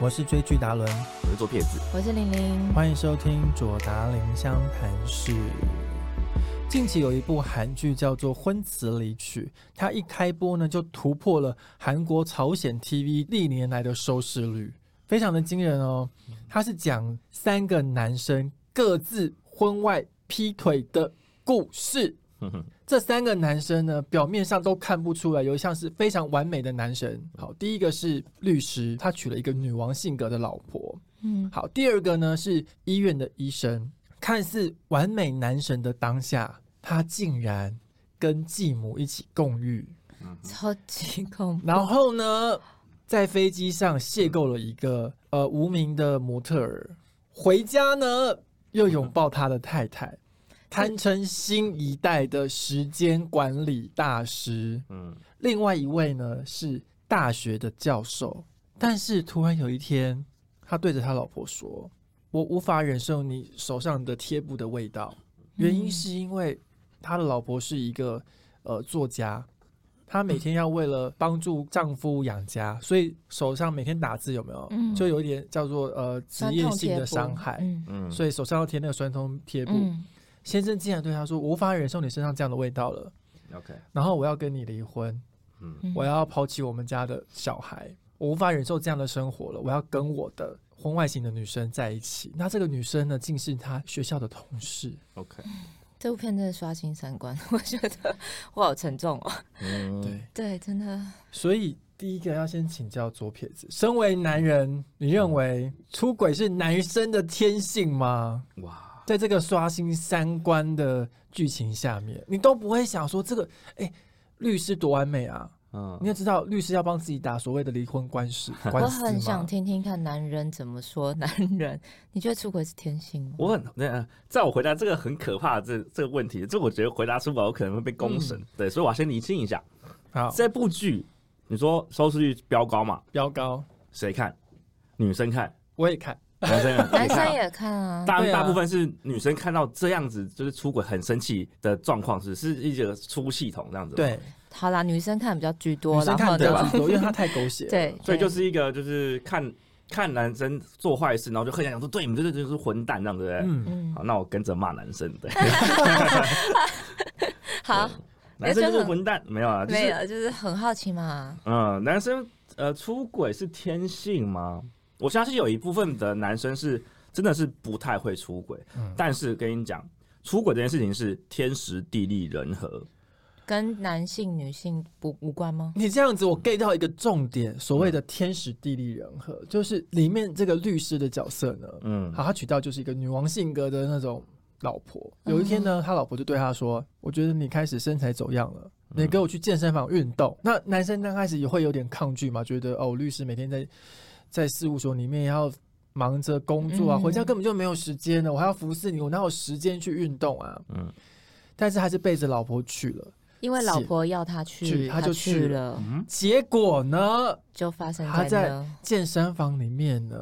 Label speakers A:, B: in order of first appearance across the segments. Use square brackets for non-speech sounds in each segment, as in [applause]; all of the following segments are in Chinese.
A: 我是追剧达伦，
B: 我是做骗子，
C: 我是玲玲。
A: 欢迎收听左达林湘谈室。近期有一部韩剧叫做《婚词离曲》，它一开播呢就突破了韩国朝鲜 TV 历年来的收视率，非常的惊人哦。它是讲三个男生各自婚外劈腿的故事。这三个男生呢，表面上都看不出来，有一项是非常完美的男神。好，第一个是律师，他娶了一个女王性格的老婆。
C: 嗯，
A: 好，第二个呢是医院的医生，看似完美男神的当下，他竟然跟继母一起共浴，
C: 超级恐怖。
A: 然后呢，在飞机上邂逅了一个呃无名的模特儿，回家呢又拥抱他的太太，堪称新一代的时间管理大师。
B: 嗯，
A: 另外一位呢是大学的教授，但是突然有一天，他对着他老婆说：“我无法忍受你手上的贴布的味道。”
C: 嗯
A: 原因是因为他的老婆是一个呃作家，她每天要为了帮助丈夫养家，所以手上每天打字有没有，
C: 嗯
A: 就有一点叫做呃职业性的伤害，
C: 嗯
B: 嗯，
A: 所以手上要贴那个酸痛贴布。
C: 嗯，
A: 先生竟然对他说：“我无法忍受你身上这样的味道了，
B: 以 OK，
A: 然后我要跟你离婚。”
B: 嗯
C: 嗯
A: 我要抛弃我们家的小孩，我无法忍受这样的生活了，我要跟我的婚外情的女生在一起。那这个女生呢，竟是他学校的同事。
B: OK，
C: 这部片真的刷新三观， [laughs] 我觉得我好沉重哦。
A: [laughs]
B: 嗯，，
A: 对，
C: 对，真的，
A: 所以第一个要先请教左撇子，身为男人，你认为出轨是男生的天性吗？
B: 哇，
A: 在这个刷新三观的剧情下面，你都不会想说这个，哎、律师多完美啊！
B: 嗯
A: 你也知道，律师要帮自己打所谓的离婚官司，官
C: 我
A: 司
C: 很
A: 嘛
C: 想听听看男人怎么说。男人， [laughs] 你觉得出轨是天性吗？
B: 我很那在我回答这个很可怕的这这个问题，这我觉得回答出来我可能会被公审，对，所以我要先厘清一下
A: 好
B: 这部剧，你说收视率飙高嘛？
A: 标高，
B: 谁看？女生看，
A: 我也看。
B: 男生看，
C: 男生
B: 谁看
C: 也看啊。
B: 大
A: 对啊
B: 大部分是女生看到这样子，就是出轨很生气的状况，只是一个出系统这样子。，
A: 对，
C: 好啦，女生看比较居
A: 女
C: 多，
A: 生
C: 然
A: 看
C: 后
A: 比较
C: 呢，
A: 居多，因为他太狗血。，
C: [laughs] 对，
B: 所以就
C: 对
B: 是一个就是看看男生做坏事，然后就很想说，对你们这这就是混蛋这样，对不对？
A: 嗯，
C: 嗯，
B: 好，那我跟着骂男生，
C: [laughs]
B: 对，
C: 好，
B: 男生就是混蛋，没有啊，就
C: 没
B: 是
C: 有，就是很好奇嘛。
B: 嗯，男生呃出轨是天性吗？我相信有一部分的男生是真的是不太会出轨，
A: 嗯
B: 但是跟你讲，出轨这件事情是天时地利人和，
C: 跟男性、女性不无关吗？
A: 你这样子我 get 到一个重点，所谓的天时地利人和，就是里面这个律师的角色呢，
B: 嗯，
A: 好，他娶到就是一个女王性格的那种老婆。
C: 嗯
A: 有一天呢，他老婆就对他说：“我觉得你开始身材走样了。”你给我去健身房运动，那男生刚开始也会有点抗拒嘛，觉得哦，律师每天在在事务所里面也要忙着工作啊，
C: 嗯
A: 回家根本就没有时间了，我还要服侍你，我哪有时间去运动啊？
B: 嗯
A: 但是还是背着老婆去了。
C: 因为老婆要他去，
A: 去他
C: 他
A: 就去
C: 去了，
B: 嗯
A: 结果呢，
C: 就发生
A: 他在
C: 在那
A: 健身房里面呢，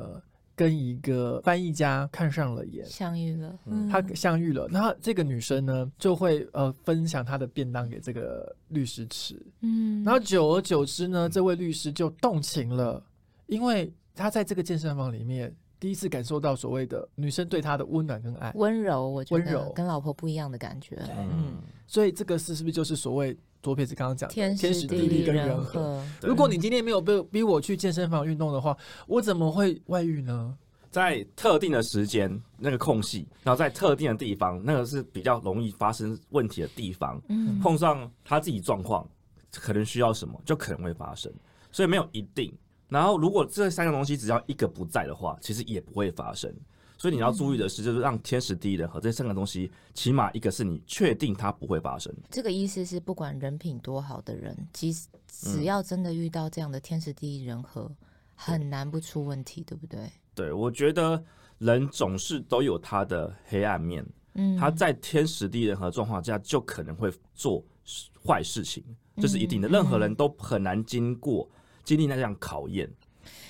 A: 跟一个翻译家看上了眼，
C: 相遇了。
B: 嗯
A: 他相遇了。那这个女生呢，就会呃分享她的便当给这个律师吃，
C: 嗯
A: 然后久而久之呢，这位律师就动情了，因为他在这个健身房里面第一次感受到所谓的女生对他的温暖跟爱，
C: 温柔，我觉
A: 温
C: 得
A: 柔
C: 跟老婆不一样的感觉，
B: 嗯
A: 所以这个是是不是就是所谓左撇子刚刚讲的
C: 时
A: 地
C: 利
A: 跟人
C: 人
A: 和？
C: 和。
B: 对
A: 如果你今天没有被逼我去健身房运动的话，我怎么会外遇呢？
B: 在特定的时间那个空隙，然后在特定的地方，那个是比较容易发生问题的地方，
C: 嗯，
B: 碰上他自己状况，可能需要什么，就可能会发生，所以没有一定。然后，如果这三个东西只要一个不在的话，其实也不会发生。所以你要注意的是，就是让天时地利人和这三个东西，起码一个是你确定它不会发生，
C: 这个意思是，不管人品多好的人，即使只要真的遇到这样的天时地利人和，很难不出问题，对不对？
B: 对，我觉得人总是都有他的黑暗面，
C: 嗯，
B: 他在天时地利人和的状况下，就可能会做坏事情，这是一定的。
C: 嗯
B: 任何人都很难经过经历那样考验，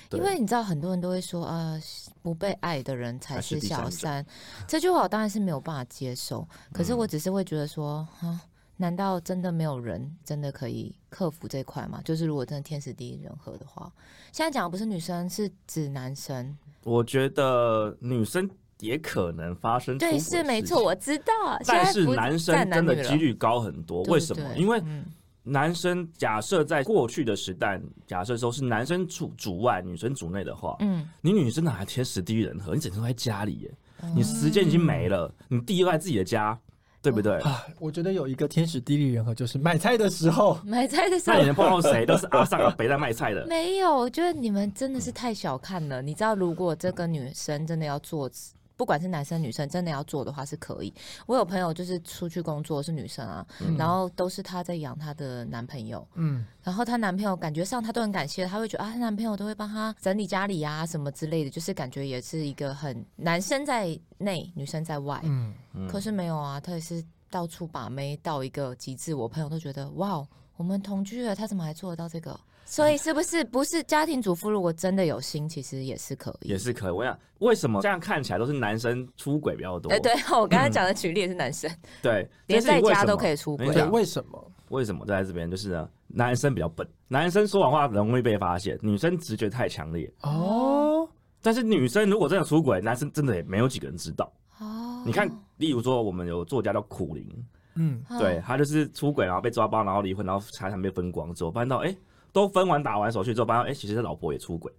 B: 对
C: 因为你知道，很多人都会说啊、不被爱的人才
B: 才是
C: 是
B: 第三
C: 小
B: 者嗯
C: 三，这句话我当然是没有办法接受。可是我只是会觉得说，啊、难道真的没有人真的可以克服这块吗？就是如果真的天时地利人和的话，现在讲的不是女生，是指男生。
B: 我觉得女生也可能发生出轨
C: 对，
B: 的
C: 是没
B: 事
C: 错，
B: 情
C: 我知道。
B: 但
C: 现在
B: 是
C: 不
B: 男生
C: 在男
B: 真
C: 女
B: 的
C: 了
B: 几率高很多，
C: 对
B: 为
C: 不
B: 什么？
C: 对
B: 因为
C: 嗯
B: 男生假设在过去的时代，假设说是男生主主外，女生主内的话，
C: 嗯，
B: 你女生哪来天时地利人和？你整天都在家里耶，
C: 嗯
B: 你时间已经没了，你地又在自己的家，对不对？
C: 哦
A: 啊，我觉得有一个天时地利人和，就是买菜的时候，
C: 买菜的时
B: 那
C: 候
B: 你能碰到谁？都是阿上阿 [laughs] 北在卖菜的。
C: 没有，我觉得你们真的是太小看了。你知道，如果这个女生真的要做，不管是男生女生，真的要做的话是可以。我有朋友就是出去工作是女生啊，然后都是她在养她的男朋友，
A: 嗯，
C: 然后她男朋友感觉上她都很感谢，她会觉得啊，她男朋友都会帮她整理家里啊什么之类的，就是感觉也是一个很男生在内，女生在外。
A: 嗯，
B: 嗯
C: 可是没有啊，他也是到处把妹到一个极致，我朋友都觉得哇，哦我们同居了，他怎么还做得到这个？所以是不是不是家庭主妇？如果真的有心，其实也是可以。
B: 也是可以，我想为什么这样看起来都是男生出轨比较多？
C: 哎，对我刚才
B: 嗯
C: 讲的举例也是男生，
B: 对，
C: 连在家都可
B: 以。
C: 以出
B: 我跟你
C: 轨
A: 对，啊
B: 讲，
A: 为什么？
B: 为什么在这边就是呢？男生比较笨，男生说谎话容易被发现，女生直觉太强烈。
A: 哦，
B: 但是女生如果真的出轨，男生真的也没有几个人知道。
C: 哦
B: 你看，例如说我们有作家叫苦灵，
A: 嗯，
C: 啊
B: 对他就是出轨，然后被抓包，然后离婚，然后财产被分光之后，发现到哎、诶都分完打完手续之后，发现哎、诶其实他老婆也出轨。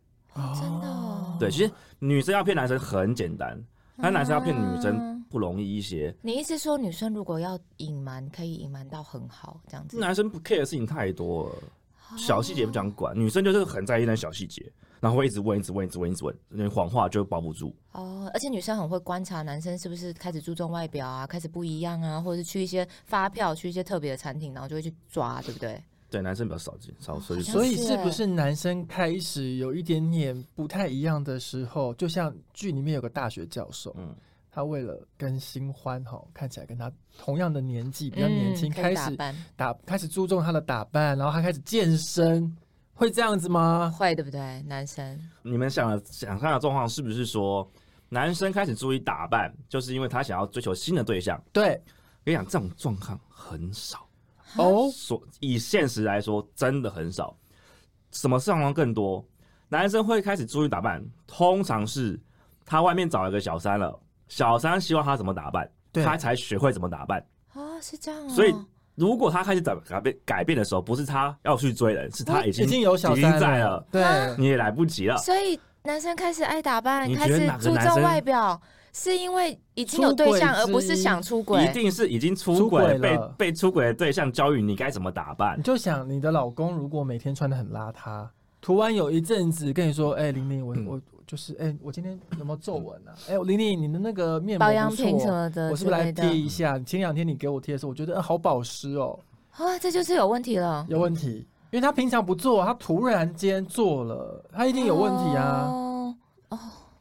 C: 真的哦
B: 对，其实女生要骗男生很简单，但男生要骗女生
C: 嗯
B: 不容易一些。
C: 你意思说女生如果要隐瞒，可以隐瞒到很好这样子？
B: 男生不 care 的事情太多了。
C: 哦
B: 小细节不想管，女生就是很在意那小细节，然后会一直问，一直问，一直问，一直问，因为谎话就保不住。
C: 哦，而且女生很会观察男生是不是开始注重外表啊，开始不一样啊，或者是去一些发票、去一些特别的餐厅，然后就会去抓，对不对？
B: 对，男生比较少见，少所以
C: 好像
A: 所以
C: 是
A: 是不
C: 欸
A: 是男生开始有一点点不太一样的时候，就像剧里面有个大学教授，
B: 嗯
A: 他为了跟新欢哈，看起来跟他同样的年纪，比较年轻，
C: 嗯可
A: 开
C: 以打
A: 始
C: 扮
A: 打开始注重他的打扮，然后他开始健身，会这样子吗？
C: 会，对不对？男生
B: 你们想的想象的状况是不是说，男生开始注意打扮，就是因为他想要追求新的对象？
A: 对，
B: 跟你讲，这种状况很少，
A: 哦，
B: 所以现实来说真的很少。什么状况更多？男生会开始注意打扮，通常是他外面找了个小三了，小三希望他怎么打扮，
A: 对
B: 他才学会怎么打扮。
C: 啊、是这样、哦，
B: 所以如果他开始改改变改变的时候，不是他要去追人，是他已经
A: 已经有小
B: 已
A: 三
B: 经在了，，
A: 对，
B: 你也来不及了。
C: 所以男生开始爱打扮，
B: 你
C: 开
B: 觉得
C: 始
B: 哪个
C: 注
B: 男
C: 重
B: 生
C: 外表，是因为已经有对象，
A: 出轨之
C: 而不是想出轨
B: 一。定是已经出
A: 出轨
B: 轨被
A: 了
B: 被出轨的对象教育你该怎么打扮
A: 你，就想你的老公如果每天穿的很邋遢，涂完有一阵子跟你说，哎、玲玲，我、
B: 嗯
A: 我就是哎、我今天有没有皱纹啊？哎、玲玲，你的那个面膜
C: 保
A: 不
C: 养
A: 错
C: 品什么的
A: 我是不是
C: 之
A: 来
C: 类的
A: 贴一下？前两天你给我贴的时候，我觉得、呃好保湿哦，
C: 啊，这就是有问题了，
A: 有问题。因为他平常不做，他突然间做了，他一
C: 一
A: 定有问题啊！
C: 哦，哦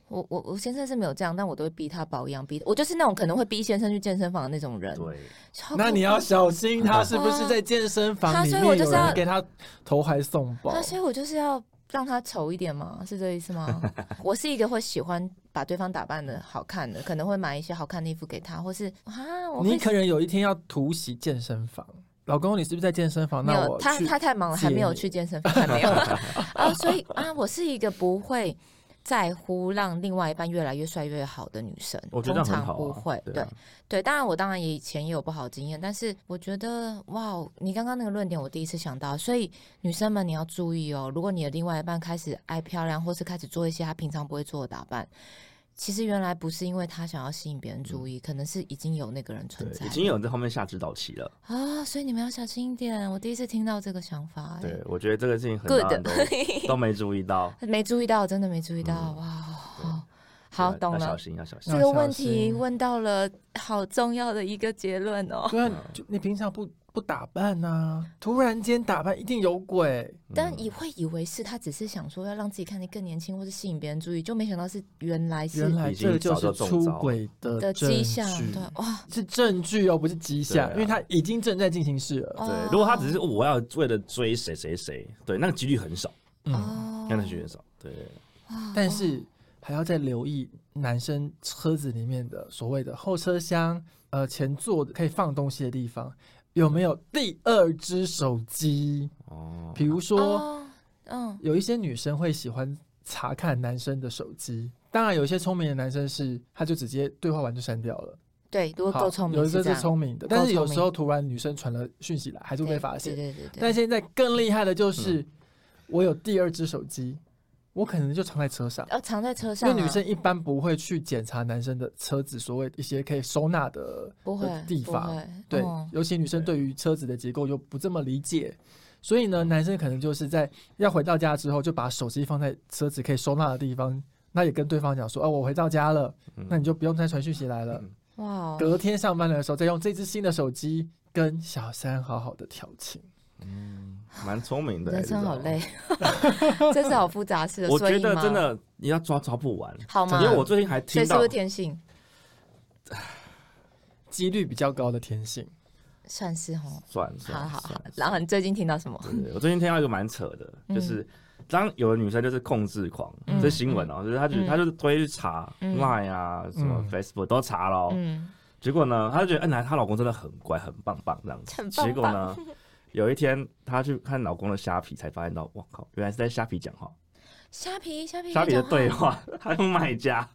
C: 我我我先生是没有这样，但我都会逼他保养，逼我就是那种可能会逼先生去健身房的那种人。
B: 对，
C: 超
A: 那
C: 可
A: 你要小心，他是不是在健身房
C: 他
A: 里
C: 所以
A: 面
C: 我就
A: 有
C: 是要
A: 人给他投怀送抱
C: 那？所以我就是要让他丑一点嘛，是这意
B: [laughs]
C: 思吗？我是一个会喜欢把对方打扮的好看的，可能会买一些好看的衣服给他，或是啊，我
A: 你
C: 会
A: 可能有一天要突袭健身房，老公，你是不是在健身房？
C: 没
A: 那
C: 有
A: 我
C: 他
A: 去
C: 他太忙了，还
A: 借
C: 没有
A: 你
C: 去健身房，还
B: [laughs]
C: 没有啊，所以啊，我是一个不会。在乎让另外一半越来越帅越好的女生，
B: 我觉得
C: 通
B: 这样很
C: 常
B: 好啊
C: 不会。
B: 对啊
C: 对，当然我当然也以前也有不好的经验，但是我觉得哇，哦你刚刚那个论点我第一次想到，所以女生们你要注意哦，如果你的另外一半开始爱漂亮，或是开始做一些她平常不会做的打扮，其实原来不是因为她想要吸引别人注意，可能是已经有那个人存在
B: 嗯对，
C: 了，
B: 已经有人在后面下指导棋了。
C: 啊，所以你们要小心一点。我第一次听到这个想法、哎
B: 对，我觉得这个事情很多哦人
C: ，good，
B: 都
C: [laughs]
B: 都没注意到，
C: 没注意到，真的没注意到，哇，哦好
B: 嗯对
C: 懂
B: 要小
C: 了。
B: 心，要小心
C: 这。个问
A: 要小
C: 题
A: 心
C: 问到了好重要的一个结论哦。
A: 对啊，
B: 嗯
A: 就你平常不不打扮呐、突然间打扮一定有鬼。
C: 嗯但也会以为是他只是想说要让自己看得更年轻，或是吸引别人注意，就没想到是原来是
A: 原来
B: 已经
A: 这就
B: 早就是中
A: 出
B: 招了
A: 轨
C: 的
A: 的证
C: 迹
A: 据，
C: 象。对，哇，
A: 是证据哦，不是迹象，
B: 对啊
A: 因为他已经正在进行式了。
B: 嗯对
C: 哦，
B: 如果他只是我要为了追谁谁谁，对，那个几率很少，
A: 嗯，
C: 哦，
B: 那个几率很少。对，
C: 哇哦
A: 但是还要再留意男生车子里面的所谓的后车厢，呃，前座可以放东西的地方。有没有第二只手机？
B: 哦，
A: 比如说，
C: 哦，嗯，
A: 有一些女生会喜欢查看男生的手机。当然，有一些聪明的男生是，他就直接对话完就删掉了。
C: 对，如果
A: 好
C: 够聪明
A: 有一
C: 是
A: 些
C: 这
A: 是
C: 样，
A: 聪明的，
C: 够
A: 但是有
C: 聪
A: 时候突然女生传了讯息来，还是
C: 对
A: 会被发现。
C: 对对对对。
A: 但现在更厉害的就是，我有第二只手机，我可能就藏在车上。
C: 要藏在车
A: 因
C: 上啊，
A: 为女生一般不会去检查男生的车子，所谓一些可以收纳的
C: 不会
A: 的地
C: 不
A: 方
C: 会
A: 对
C: 嗯，
A: 尤其女生对于车子的结构又不这么理解，所以
C: 嗯
A: 呢，男生可能就是在要回到家之后，就把手机放在车子可以收纳的地方，那也跟对方讲说，哦，我回到家了，
B: 嗯
A: 那你就不用再传讯息来了。
B: 嗯
C: 哇哦，
A: 隔天上班的时候，再用这只新的手机跟小三好好的调情。
B: 蛮聪明的欸，
C: 人生
B: 这
C: 好
A: [laughs]
B: 种
C: 累，这是好复杂事的。
B: 我
C: 所
B: 觉
C: 以
B: 得
C: 吗
B: 真的你要抓抓不完，
C: 好吗
B: 因？为我最近还
C: 所
B: 听
C: 以是
B: 到
C: 不是天性？
A: 几率比较高的天性，
C: 算是哦。
B: 算
C: 好
B: 算
C: 好好
B: 算，，
C: 然后你最近听到什么？
B: 对对我最近听到一个蛮扯的，
C: 嗯
B: 就是当有的女生就是控制狂，
C: 嗯
B: 这新闻哦，就是她就
C: 嗯
B: 她就是都会去查
C: 嗯
B: Line 啊，什么
A: 嗯
B: Facebook 都查咯，
C: 嗯，
B: 结果呢，她就觉得哎，那她老公真的很乖，很棒棒这样子。
C: 很棒棒
B: 结果呢，有一天她去看老公的虾皮，才发现到，我靠，原来是在虾皮讲话，
C: 虾皮虾皮
B: 虾皮的
C: 讲
B: 对话，她用卖
C: [laughs]
B: 家，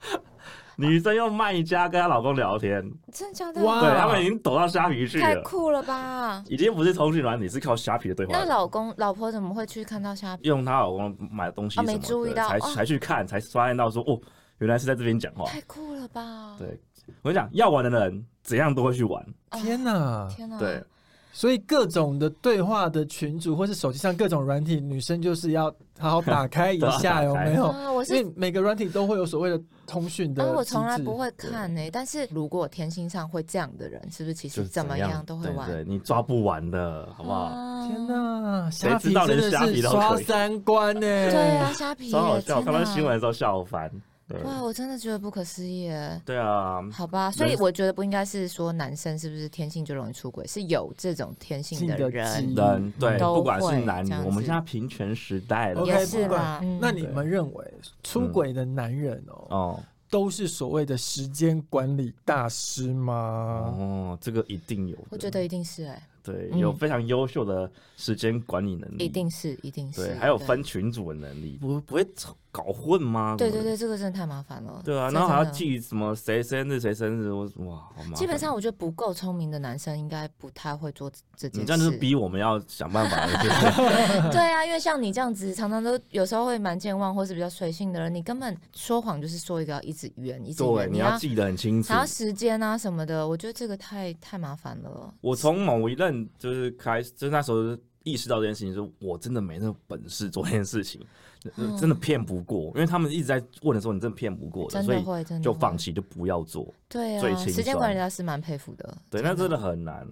B: 女生用卖家跟她老公聊天，
C: 真的假的？
A: 哇
B: 对他们已经躲到虾皮去
C: 太
B: 了，
C: 酷了吧！
B: 已经不啊是通讯软体，是靠虾皮的对话
C: 那。老公老婆怎么会去看到虾皮？
B: 用她老公买的东西
C: 哦
B: 什么
C: 没
B: 的，
C: 注意到
B: 才
C: 哦
B: 才去看，才发现到说哦，原来是在这边讲话。
C: 太酷了吧！
B: 对，我跟你讲，要玩的人怎样都会去玩。
C: 啊
A: 天哪！
C: 天哪！
B: 对，
A: 所以各种的对话的群组或是手机上各种软体，女生就是要好好打开一
B: 都要打 [laughs]
A: 下，
B: 开
A: 有没有？
C: 啊，我
A: 因
C: 是
A: 为每个软体都会有所谓的通讯的
C: 啊，我
A: 机
C: 从来
A: 制
C: 不会看呢。但是如果天性上会这样的人，是不是其
B: 就
C: 实怎么样都会玩？
B: 对对，你抓不完的，好不好？
C: 啊
A: 天！哪，
B: 谁
A: 虾
B: 知
A: 皮
B: 道
A: 真
B: 连
A: 的
B: 虾
A: 是
B: 皮都
A: 刷
B: 可以
A: 三观欸呢、
C: 对啊，虾皮耶
B: 超好笑，
C: 天
B: 看到
C: 哪
B: 新闻的时候笑翻。对
C: 哇，我真的觉得不可思议耶。
B: 对啊，
C: 好吧，所以
B: 人
C: 我觉得不应该是说男生是不是天性就容易出轨，是有这种天性
A: 性的基
C: 人
A: 因
B: 人对，
C: 都
B: 不管
C: 会
B: 是男
C: 这
B: 女
C: 样，子
B: 我们现在平权时代了，
A: OK，
C: 也是
A: 不
C: 啦
A: 管。
C: 嗯
A: 那你们认为出轨的男人哦，
B: 嗯哦
A: 都是所谓的时间管理大师吗？
B: 哦，这个一定有的，
C: 我觉得一定是哎、
B: 对，
C: 嗯
B: 有非常优秀的时间管理能力，
C: 一定是，一定是。
B: 嗯对，还有分群组的能力，不不会搞混吗？
C: 对。
B: 怎
C: 对对
B: 么
C: 对，这个真的太麻烦了。
B: 对啊，
C: 这
B: 然后还要
C: 真的。
B: 记什么谁生日谁生日，我哇，好麻烦。
C: 基本上，我觉得不够聪明的男生应该不太会做这这件
B: 你
C: 事。
B: 这样
C: [laughs]
B: 就是逼我们要想办法了，就是
C: 对啊，因为像你这样子，常常都有时候会蛮健忘或是比较随性的人，你根本说谎就是说一个要一直圆，一直
B: 对，
C: 圆，
B: 你要
C: 要
B: 记得很清楚
C: 还。要时间啊什么的，我觉得这个太太麻烦了。
B: 我从某一任就是开始，就是那时候意识到这件事情，就是我真的没那本事做这件事情，呃
C: 嗯
B: 真的骗不过，因为他们一直在问的时候，你真的骗不过的，
C: 真
B: 所
C: 的
B: 以
C: 会，真的
B: 就
C: 会
B: 放弃，就不要做。
C: 对
B: 最
C: 啊，
B: 轻
C: 时间
B: 松
C: 管理大师蛮佩服的。
B: 对，那真的很难。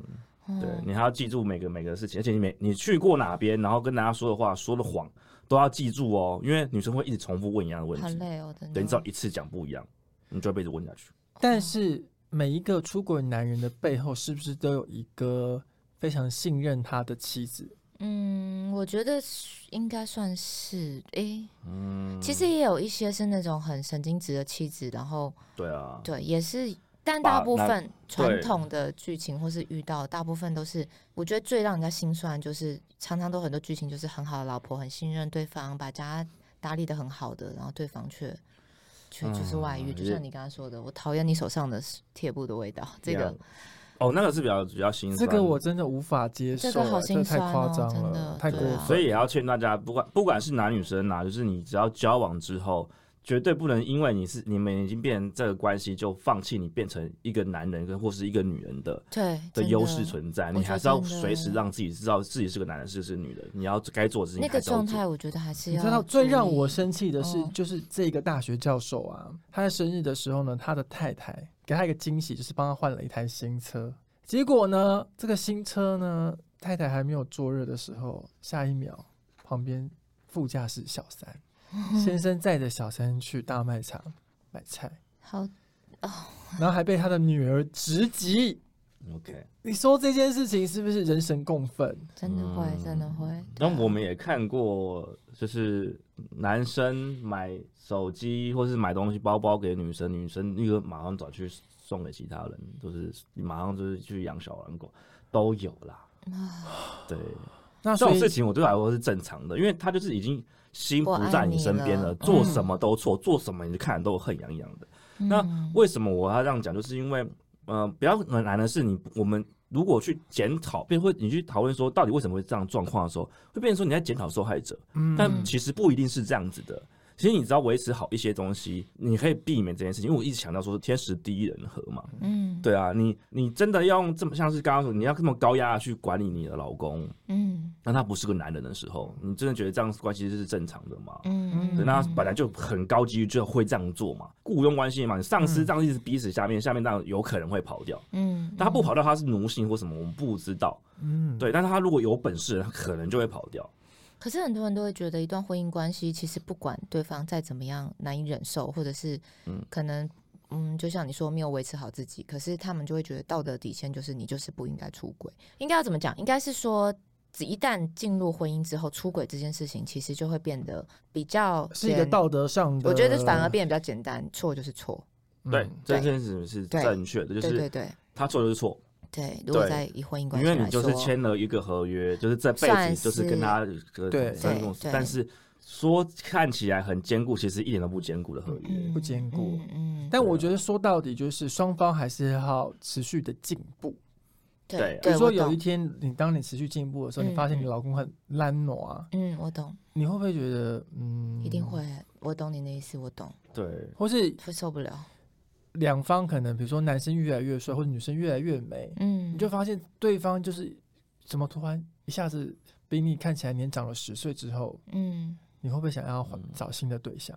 C: 嗯
B: 对你还要记住每个每个事情，而且你每你去过哪边，然后跟大家说的话、说的谎都要记住哦，因为女生会一直重复问一样的问
C: 好
B: 题，
C: 累哦，
A: 嗯
C: 真的。
B: 等你只要一次讲不一样，你就会被一直问下去。
A: 但是每一个出轨男人的背后，是不是都有一个非常信任他的妻子？
C: 嗯，我觉得是应该算是诶、
B: 嗯，
C: 其实也有一些是那种很神经质的妻子，然后
B: 对啊，
C: 对，也是，但
B: 把
C: 大部
B: 男
C: 分传
B: 对
C: 统的剧情或是遇到，大部分都是我觉得最让人家心酸，就是常常都很多剧情就是很好的老婆很信任对方，把家打理的很好的，然后对方却却就是外遇，
B: 嗯
C: 就
B: 也
C: 像你刚刚说的，我讨厌你手上的铁布的味道，这
B: 一
C: 个
B: 样哦，那个是比较比较心
A: 这
B: 酸，
A: 个我。真的无法接受
C: 这
A: 啊，
C: 个好心
A: 太
C: 酸
A: 夸
C: 哦
A: 张
C: 真
A: 了
C: 的，
A: 太过
C: 对
A: 分
C: 啊
A: 了。
B: 所以也要劝大家，不管不管是男女生啦、就是你只要交往之后，绝对不能因为你是你们已经变成这个关系，就放弃你变成一个男人跟或是一个女人的
C: 对
B: 的
C: 真
B: 优
C: 的
B: 势存在，
C: 我
B: 你
C: 觉
B: 还
C: 得
B: 是要
C: 真的
B: 随时让自己知道自己是个男人，是是女人，你要该做的事情
C: 那
B: 还
C: 个
B: 是要
C: 状
B: 做。
C: 态，我觉得还是
A: 你
C: 要
A: 知道最
C: 注
A: 让我
C: 意
A: 生气的是
C: 啊哦，
A: 就是这个大学教授啊，他在生日的时候呢，他的太太给他一个惊喜，就是帮他换了一台新车。结果呢，这个新车呢，太太还没有坐热的时候，下一秒旁边副驾驶小三
C: [laughs]
A: 先生载着小三去大卖场买菜，
C: 好
A: 然后还被他的女儿直击。
B: OK，
A: 你说这件事情是不是人神共愤？
C: 真的会，真的会。
B: 嗯那
C: 对啊
B: 我们也看过，就是男生买手机或是买东西、包包给女生，女生立刻马上转去送给其他人，就是马上就是去养小狼狗，都有啦。
C: 啊
B: 对，
A: 那
B: 这
A: 所
B: 种
A: 以
B: 事情我对我来说是正常的，因为他就是已经心不在你身边
C: 我爱
B: 了，
C: 你了
B: 做什么都错，做什么你就看得都恨洋洋的。那
C: 嗯
B: 为什么我要这样讲？就是因为，呃，比较难的是你，我们如果去检讨，并会你去讨论说到底为什么会这样状况的时候，会变成说你在检讨受害者，
A: 嗯
B: 但其实不一定是这样子的。其实你只要维持好一些东西，你可以避免这件事情。因为我一直强调说天时地利人和嘛，
C: 嗯
B: 对啊，你你真的要用这么像是刚刚说你要这么高压的去管理你的老公，
C: 嗯
B: 那他不是个男人的时候，你真的觉得这样关系是正常的吗？
C: 嗯
B: 对，那本来就很高几率就会这样做嘛，雇佣关系嘛，你上司这样一直逼死下面，下面这样有可能会跑掉。
C: 嗯
B: 但他不跑掉，他是奴性或什么，我们不知道。
A: 嗯，
B: 对，但是他如果有本事，他可能就会跑掉。
C: 可是很多人都会觉得，一段婚姻关系其实不管对方再怎么样难以忍受，或者是可能嗯就像你说没有维持好自己，可是他们就会觉得道德底线就是你就是不应该出轨。应该要怎么讲？应该是说，只一旦进入婚姻之后，出轨这件事情其实就会变得比较
A: 是一个
C: 简，
A: 道德上的，
C: 我觉得反而变得比较简单，错就是错。
A: 嗯
B: 对，这件事情是
C: 对
B: 正确的，就
C: 对对
B: 是
C: 对
B: 他错就是错，
C: 对，如果
B: 对
C: 在以婚姻关
B: 因
C: 系
B: 为
C: 来
B: 你
C: 说，
B: 就是签了一个合约，就是这辈
C: 算
B: 子就是跟他呃
A: 对
B: 三共识
C: 对对
B: 但是说看起来很坚固，其实一点都不坚固的合约。
C: 嗯
A: 不兼顾
C: 嗯，嗯
A: 但我觉得说到底就是双方还是要持续的进步。
B: 对
C: 对，
A: 比如
C: 对
A: 说
C: 我
A: 有
C: 懂
A: 一天你当你持续进步的时候，
C: 嗯
A: 你发现你老公很懒惰啊，
C: 嗯，我懂。
A: 你会不会觉得嗯，
C: 一定会，我懂你的意思，我懂，
B: 对，
A: 或是
C: 会受不了。
A: 两方可能比如说男生越来越帅，或者女生越来越美，
C: 嗯，
A: 你就发现对方就是怎么突然一下子比你看起来年长了十岁之后，
C: 嗯，
A: 你会不会想要换找新的对象？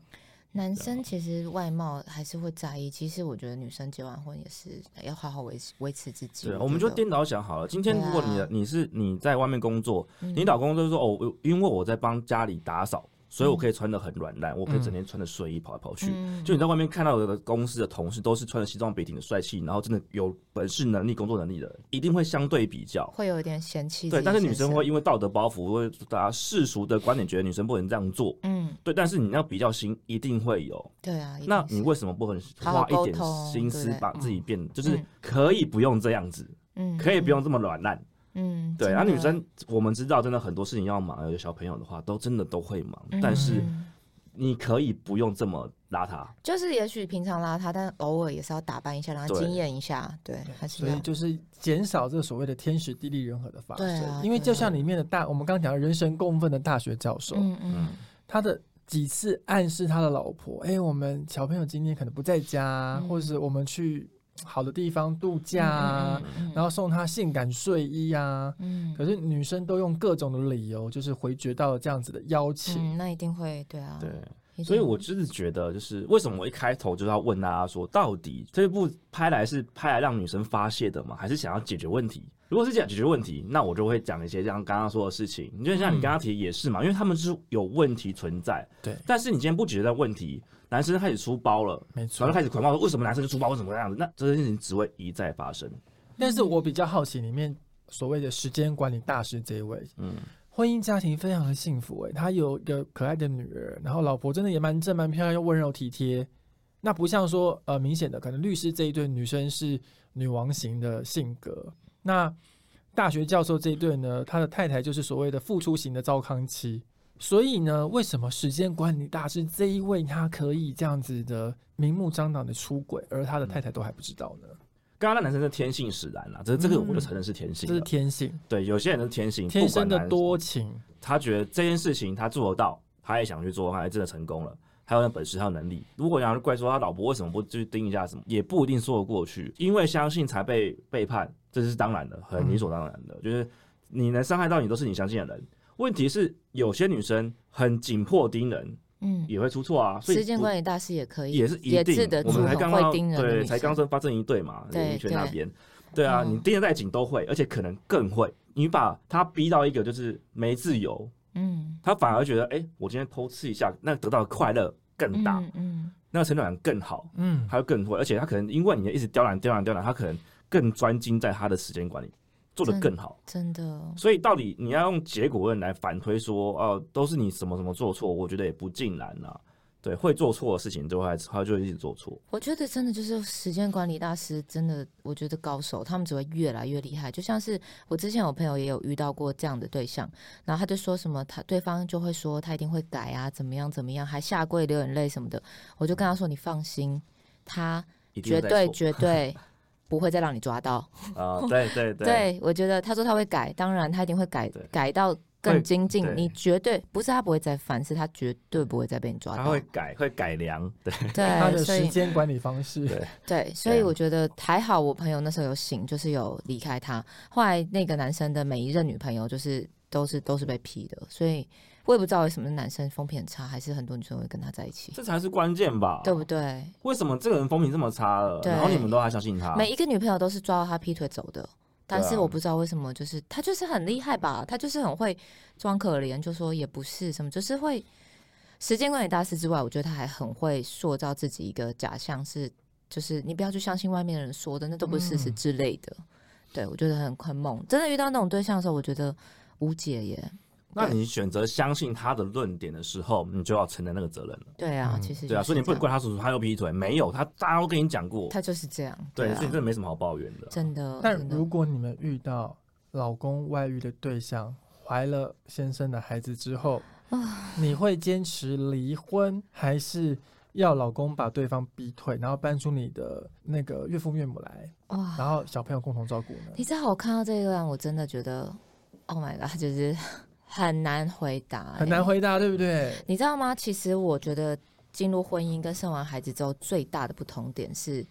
C: 男生其实外貌还是会在意，其实我觉得女生结完婚也是要好好维持维持自己。
B: 对啊，我们就
C: 觉得
B: 颠倒想好了。今天
C: 对
B: 如果你的
C: 啊
B: 你是你在外面工作，
C: 嗯
B: 你老公就是说哦，我因为我在帮家里打扫，所以我可以穿的很软烂，我可以整天穿着睡衣跑来跑去。
C: 嗯
B: 就你在外面看到的公司的同事都是穿着西装笔挺的帅气，然后真的有本事、能力、工作能力的人，一定会相对比较。
C: 会有一点嫌弃自
B: 对，
C: 己先生。
B: 但是女生会因为道德包袱，或者大家世俗的观点，觉得女生不能这样做。
C: 嗯，
B: 对，但是你要比较心一定会有。
C: 对啊，一定
B: 那你
C: 是
B: 为什么不能
C: 好好
B: 花一
C: 沟
B: 点
C: 通
B: 心
C: 对
B: 思
C: 不对
B: 把自己变，就是
C: 嗯
B: 可以不用这样子，
C: 嗯
B: 可以不用这么软烂？
C: 嗯
B: 对，
C: 真
B: 然后女
C: 的
B: 生我们知道，真的很多事情要忙，有小朋友的话，都真的都会忙，但是
C: 嗯
B: 你可以不用这么邋遢。
C: 就是也许平常邋遢，但偶尔也是要打扮一下，然后
B: 对
C: 惊艳一下，对，还是
A: 所以
C: 要
A: 就是减少这所谓的天时地利人和的发
C: 对
A: 生，
C: 啊
A: 因为
C: 对
A: 就
C: 啊
A: 像里面的大，我们刚刚讲的人神共愤的大学教授，
C: 嗯嗯
A: 他的几次暗示他的老婆，哎、我们小朋友今天可能不在家啊，
C: 嗯
A: 或者是我们去好的地方度假啊，然后送他性感睡衣啊。
C: 嗯
A: 可是女生都用各种的理由，就是回绝到了这样子的邀请。
C: 嗯，那一定会对啊，
B: 对，
C: 一定，
B: 所以我就是觉得，就是为什么我一开头就要问大家说，到底这部拍来是拍来让女生发泄的吗？还是想要解决问题？如果是想解决问题，那我就会讲一些像刚刚说的事情。你就像你
C: 嗯
B: 刚刚提的也是嘛，因为他们是有问题存在。
A: 对
B: 但是你今天不解决这问题，男生开始出包了，
A: 没
B: 然
C: 啊
B: 后
A: 错
B: 就，开始狂骂说为什么男生就出包，为什么这样子？那这件事情只会一再发生。
A: 但是我比较好奇里面所谓的时间管理大师这一位，
B: 嗯，
A: 婚姻家庭非常的幸福、诶，他有一个可爱的女儿，然后老婆真的也蛮正蛮漂亮，又温柔体贴。那不像说呃明显的，可能律师这一对女生是女王型的性格，那大学教授这一对呢，他的太太就是所谓的付出型的糟糠妻。所以呢，为什么时间管理大师这一位他可以这样子的明目张胆的出轨，而他的太太都还不知道呢？
B: 刚刚那男生是天性使然啦，这这个
A: 嗯
B: 我就承认是天性
A: 这
B: 了、
A: 是天性，
B: 对，有些人是天性，
A: 天生
B: 不管
A: 的
B: 男
A: 多情。
B: 他觉得这件事情他做得到，他也想去做，他还真的成功了。还有那本事，还有能力。如果你要是怪说他老婆为什么不去盯一下什么，也不一定说得过去。因为相信才被背叛，这是当然的，很
A: 嗯
B: 理所当然的。就是你能伤害到你，都是你相信的人。问题是有些女生很紧迫盯人，
C: 嗯，
B: 也会出错啊。所以
C: 时间
B: 不
C: 管理大师也可以，
B: 也是一
C: 也治
B: 定
C: 得，
B: 我
C: 住
B: 们才
C: 很
B: 刚
C: 会
B: 刚
C: 盯人的
B: 对，
C: 女
B: 才
C: 生
B: 刚生发生一对嘛，
C: 对
B: 林权
C: 对
B: 那边，对啊，
C: 嗯
B: 你盯得再紧都会，而且可能更会，你把他逼到一个就是没自由，
C: 嗯，
B: 他反而觉得，哎、我今天偷吃一下，那得到的快乐更大，
C: 嗯嗯
B: 那个成长感更好，
A: 嗯，
B: 他会更会，而且他可能因为你一直刁难刁难刁难，他可能更专精在他的时间管理，做得
C: 真
B: 更好。
C: 真的，
B: 所以到底你要用结果论来反推说，哦、都是你什么什么做错，我觉得也不尽然啊。对，会做错的事情就会他就会一直做错。
C: 我觉得真的就是时间管理大师，真的，我觉得高手他们只会越来越厉害。就像是我之前有朋友也有遇到过这样的对象，然后他就说什么他对方就会说他一定会改啊，怎么样怎么样，还下跪流眼泪什么的。我就跟他说你放心，他
B: 一定会
C: 绝
B: 再
C: 对
B: 错
C: 绝对
B: [laughs]
C: 不会再让你抓到。
B: 啊、对
C: [laughs]
B: 对对
C: 对，我觉得他说他会改，当然他一定会改
B: 对，
C: 改到更
B: 会
C: 精进
B: 对。
C: 你绝对不是他不会再犯，是他绝对不会再被你抓
B: 他
C: 到
B: 会。改会改良，对
A: 他的
C: 对，所
A: 时
C: 以
A: 间管理方式。
B: 对
C: 对，所以
B: 对啊
C: 我觉得还好，我朋友那时候有醒，就是有离开他。后来那个男生的每一任女朋友，就是都是都是被劈的，所以我也不知道为什么男生风评很差，还是很多女生会跟他在一起，
B: 这才是关键吧？
C: 对不对？
B: 为什么这个人风评这么差了，
C: 对
B: 然后你们都还相信他？
C: 每一个女朋友都是抓到他劈腿走的，但
B: 对
C: 是
B: 啊
C: 我不知道为什么，就是他就是很厉害吧，他就是很会装可怜，就说也不是什么，就是会时间管理大师之外，我觉得他还很会塑造自己一个假象是，就是你不要去相信外面的人说的，那都不是事实
A: 嗯
C: 之类的。对我觉得很很猛，真的遇到那种对象的时候，我觉得无解耶。
B: 那你选择相信他的论点的时候，你就要承担那个责任了。
C: 对啊，
A: 嗯
C: 其实
B: 对啊，
C: 就是
B: 所以你不能
C: 这样，
B: 怪他叔叔，他又劈腿，没有他，大家都跟你讲过，
C: 他就是这样。
B: 对，
C: 啊
B: 所以，真的没什么好抱怨的。
C: 真的。
A: 但
C: 真的
A: 如果你们遇到老公外遇的对象怀了先生的孩子之
C: [laughs]
A: 后，你会坚持离婚，还是要老公把对方逼退，然后搬出你的那个岳父岳母来，
C: 哇，
A: 然后小朋友共同照顾呢？
C: 你知道我看到这一段，我真的觉得，Oh my god，就是 [laughs] 很难回答、欸
A: 很难。回答，对不对？
C: 你知道吗？其实我觉得进入婚姻跟生完孩子之后最大的不同点是，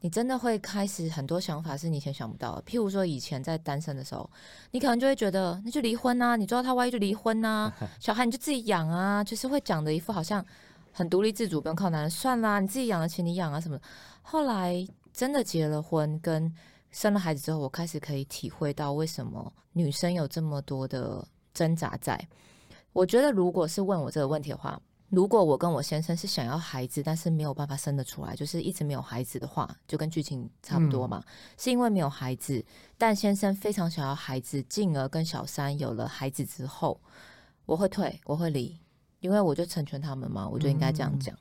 C: 你真的会开始很多想法是你以前想不到的。譬如说，以前在单身的时候，你可能就会觉得那就离婚啊，你抓他外遇就离
A: [laughs]
C: 婚啊，小孩你就自己养啊，就是会讲的一副好像很独立自主，不用靠男人，算啦，你自己养得起你养啊什么的。后来真的结了婚跟生了孩子之后，我开始可以体会到为什么女生有这么多的挣扎在。我觉得，如果是问我这个问题的话，如果我跟我先生是想要孩子，但是没有办法生得出来，就是一直没有孩子的话，就跟剧情差不多嘛，是因为没有孩子，但先生非常想要孩子，进而跟小三有了孩子之后，我会退，我会离，因为我就成全他们嘛，我就应该这样讲。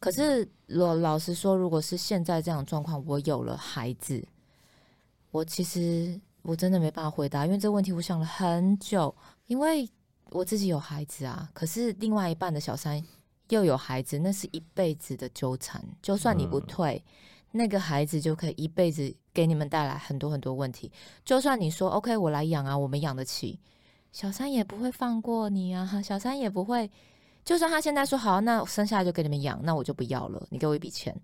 C: 可是老老实说，如果是现在这样的状况，我有了孩子，我其实我真的没办法回答，因为这个问题我想了很久，因为我自己有孩子啊，可是另外一半的小三又有孩子，那是一辈子的纠缠。就算你不
B: 嗯
C: 退，那个孩子就可以一辈子给你们带来很多很多问题。就算你说 OK，我来养啊，我们养得起，小三也不会放过你啊，小三也不会。就算他现在说好，那我生下来就给你们养，那我就不要了，你给我一笔钱。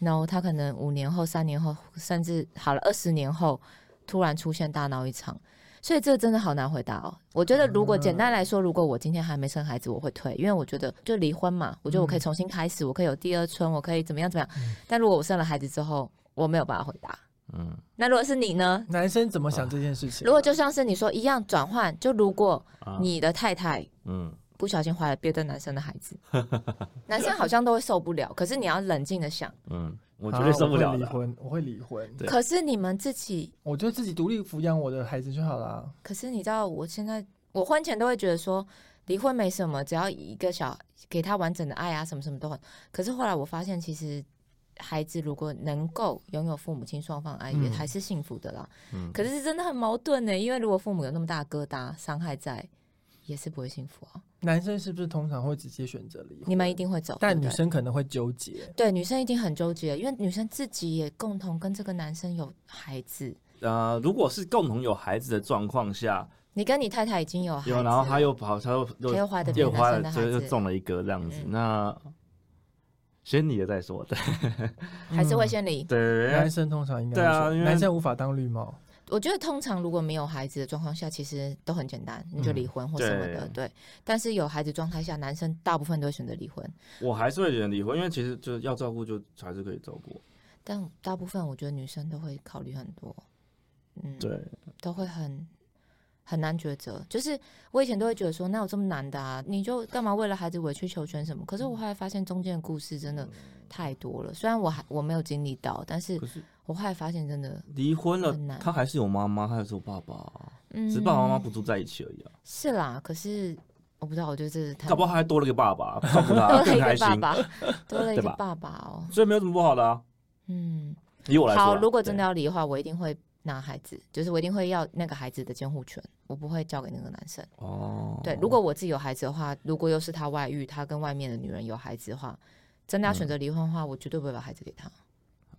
C: 然后他可能五年后、三年后，甚至好了二十年后，突然出现大闹一场，所以这个真的好难回答哦。我觉得如果简单来说，如果我今天还没生孩子，我会退，因为我觉得就离婚嘛，我觉得我可以重新开始，我可以有第二春，我可以怎么样怎么样。但如果我生了孩子之后，我没有办法回答。
B: 嗯，
C: 那如果是你呢？
A: 男生怎么想这件事情啊？
C: 如果就像是你说一样转换，就如果
B: 啊
C: 你的太太
B: 嗯，
C: 不小心怀了别的男生的孩子，男生好像都会受不了。可是你要冷静的想，
B: 嗯， [laughs] 我
A: 我
B: 绝对受不
A: 我
B: 了
A: 会离
B: 的。
A: 婚，我会离婚。
B: 对
C: 可是你们自己，
A: 我就自己独立抚养我的孩子就好啦。
C: 可是你知道，我现在我婚前都会觉得说离婚没什么，只要一个小给他完整的爱啊，什么什么都很。可是后来我发现，其实孩子如果能够拥有父母亲双方爱，也
A: 嗯
C: 还是幸福的啦。
B: 嗯
C: 可是是真的很矛盾呢，因为如果父母有那么大的疙瘩伤害在，也是不会幸福啊。
A: 男生是不是通常会直接选择离婚？
C: 你们一定会走，对
A: 但
C: 不
A: 女
C: 对
A: 生可能会纠结。
C: 对女生一定很纠结，因为女生自己也共同跟这个男生有孩子，
B: 呃，如果是共同有孩子的状况下，
C: 你跟你太太已经有孩子
B: 有
C: 了，
B: 然后他又跑，他又
C: 他
B: 又
C: 又怀的别
B: 又
C: 的
B: 花
C: 男
B: 了，
C: 生的
B: 就又
C: 孩子，
B: 中了一个这样子。
C: 嗯
B: 那先你的再说，对
C: 还是会
A: 嗯
C: 先离。
B: 对对
A: 男
B: 对，
A: 生通常应该
B: 对啊
A: 会选
B: 因为
A: 男生无法当绿帽，
C: 我觉得通常如果没有孩子的状况下，其实都很简单，你就
B: 嗯
C: 离婚或什么的，对。但是有孩子状态下，男生大部分都会选择离婚，
B: 我还是会选离婚，因为其实就是要照顾，就还是可以照顾。
C: 但大部分我觉得女生都会考虑很多，嗯，
B: 对，
C: 都会很很难抉择。就是我以前都会觉得说，那有这么难的啊？你就干嘛为了孩子委曲求全什么？可是
B: 嗯
C: 我后来发现中间的故事真的太多了。虽然我还我没有经历到，但是
B: 可是
C: 我后来发现真的，
B: 离婚了
C: 很，难
B: 他还是有妈妈，他还是有爸爸啊，
C: 嗯，
B: 只是爸爸妈妈不住在一起而已啊。
C: 是啦。可是我不知道，我觉得这是他
B: 搞不好还多了个爸
C: [laughs]
B: 爸照顾他
C: 多了
B: 更
C: 一
B: 开
C: 个
B: 心，
C: 爸爸，多
B: [laughs]
C: 了
B: 对
C: 一个
B: 吧
C: 爸爸哦。
B: 所以没有什么不好的啊。
C: 嗯，
B: 以我来说啊，
C: 好，如果真
B: 对
C: 的要离的话，我一定会拿孩子，就是我一定会要那个孩子的监护权，我不会交给那个男生。
B: 哦，
C: 对，如果我自己有孩子的话，如果又是他外遇，他跟外面的女人有孩子的话，真的要选
B: 嗯
C: 择离婚的话，我绝对不会把孩子给他，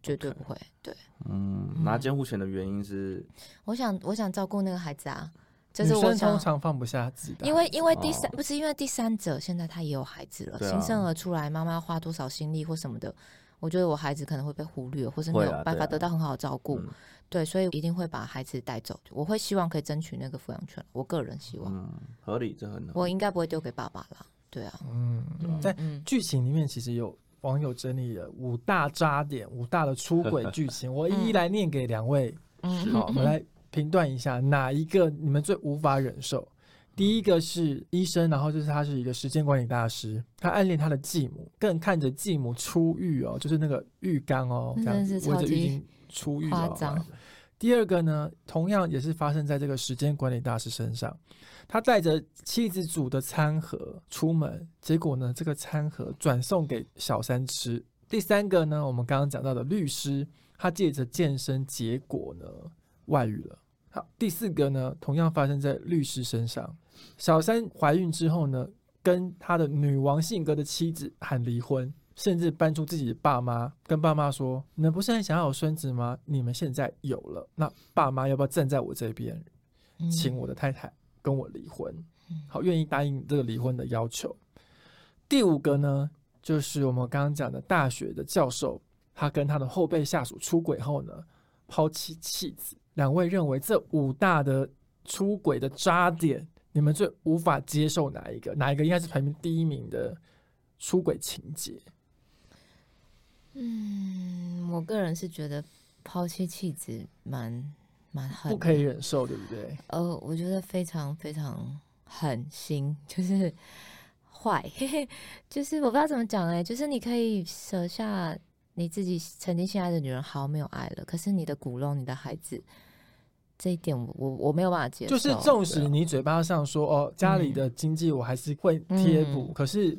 C: 绝对不会。对，
B: 嗯，拿监护权的原因是
C: 我想，我想照顾那个孩子啊，就
A: 女
C: 是我
A: 生
C: 想
A: 通，常放不下自己的孩子，啊
C: 因为因为第
B: 哦
C: 三、不是因为第三者现在他也有孩子了，
B: 对啊
C: 新生儿出来，妈妈要花多少心力或什么的。我觉得我孩子可能会被忽略，或是没
B: 会
C: 有
B: 啊
C: 办
B: 对
C: 法
B: 啊
C: 得到很好的照顾，
B: 嗯
C: 对，所以一定会把孩子带走。我会希望可以争取那个抚养权，我个人希望，
B: 嗯合理，这很合
C: 我
B: 理。
C: 应该不会丢给爸爸啦。对啊，
A: 嗯，在
C: 嗯
A: 剧情里面其实有网友整理了五大渣点、五大的出轨剧
C: [laughs]
A: 情，我一一来念给两位。
C: 嗯
A: 好，我们来评断一下哪一个你们最无法忍受。第一个是医生，然后就是他是一个时间管理大师，他暗恋他的继母，更看着继母出狱哦，就是那个浴缸哦，这
C: 那
A: 样
C: 嗯真
A: 子
C: 是
A: 围
C: 超
A: 着
C: 级
A: 浴巾出狱
C: 夸
A: 哦。
C: 张
A: 第二个呢，同样也是发生在这个时间管理大师身上，他带着妻子煮的餐盒出门，结果呢，这个餐盒转送给小三吃。第三个呢，我们刚刚讲到的律师，他借着健身，结果呢外遇了。好，第四个呢，同样发生在律师身上，小三怀孕之后呢，跟他的女王性格的妻子喊离婚，甚至搬出自己的爸妈，跟爸妈说：“你们不是很想要有孙子吗？你们现在有了，那爸妈要不要站在我这边，
C: 嗯
A: 请我的太太跟我离婚？好，愿意答应这个离婚的要求。”第五个呢，就是我们刚刚讲的大学的教授，他跟他的后辈下属出轨后呢，抛弃妻子。两位认为这五大的出轨的渣点，你们最无法接受哪一个？哪一个应该是排名第一名的出轨情节？
C: 嗯，我个人是觉得抛弃妻子蛮蛮狠
A: 不
C: 的，
A: 可以忍受，对不对？
C: 呃，我觉得非常非常狠心， [laughs] 就是坏， [laughs] 就是我不知道怎么讲哎、就是你可以舍下你自己曾经心爱的女人，好没有爱了，可是你的骨肉、你的孩子，这一点我我我没有办法接受，
A: 就是纵使你嘴巴上说哦，家里的经济我还是会贴补，
C: 嗯
A: 可是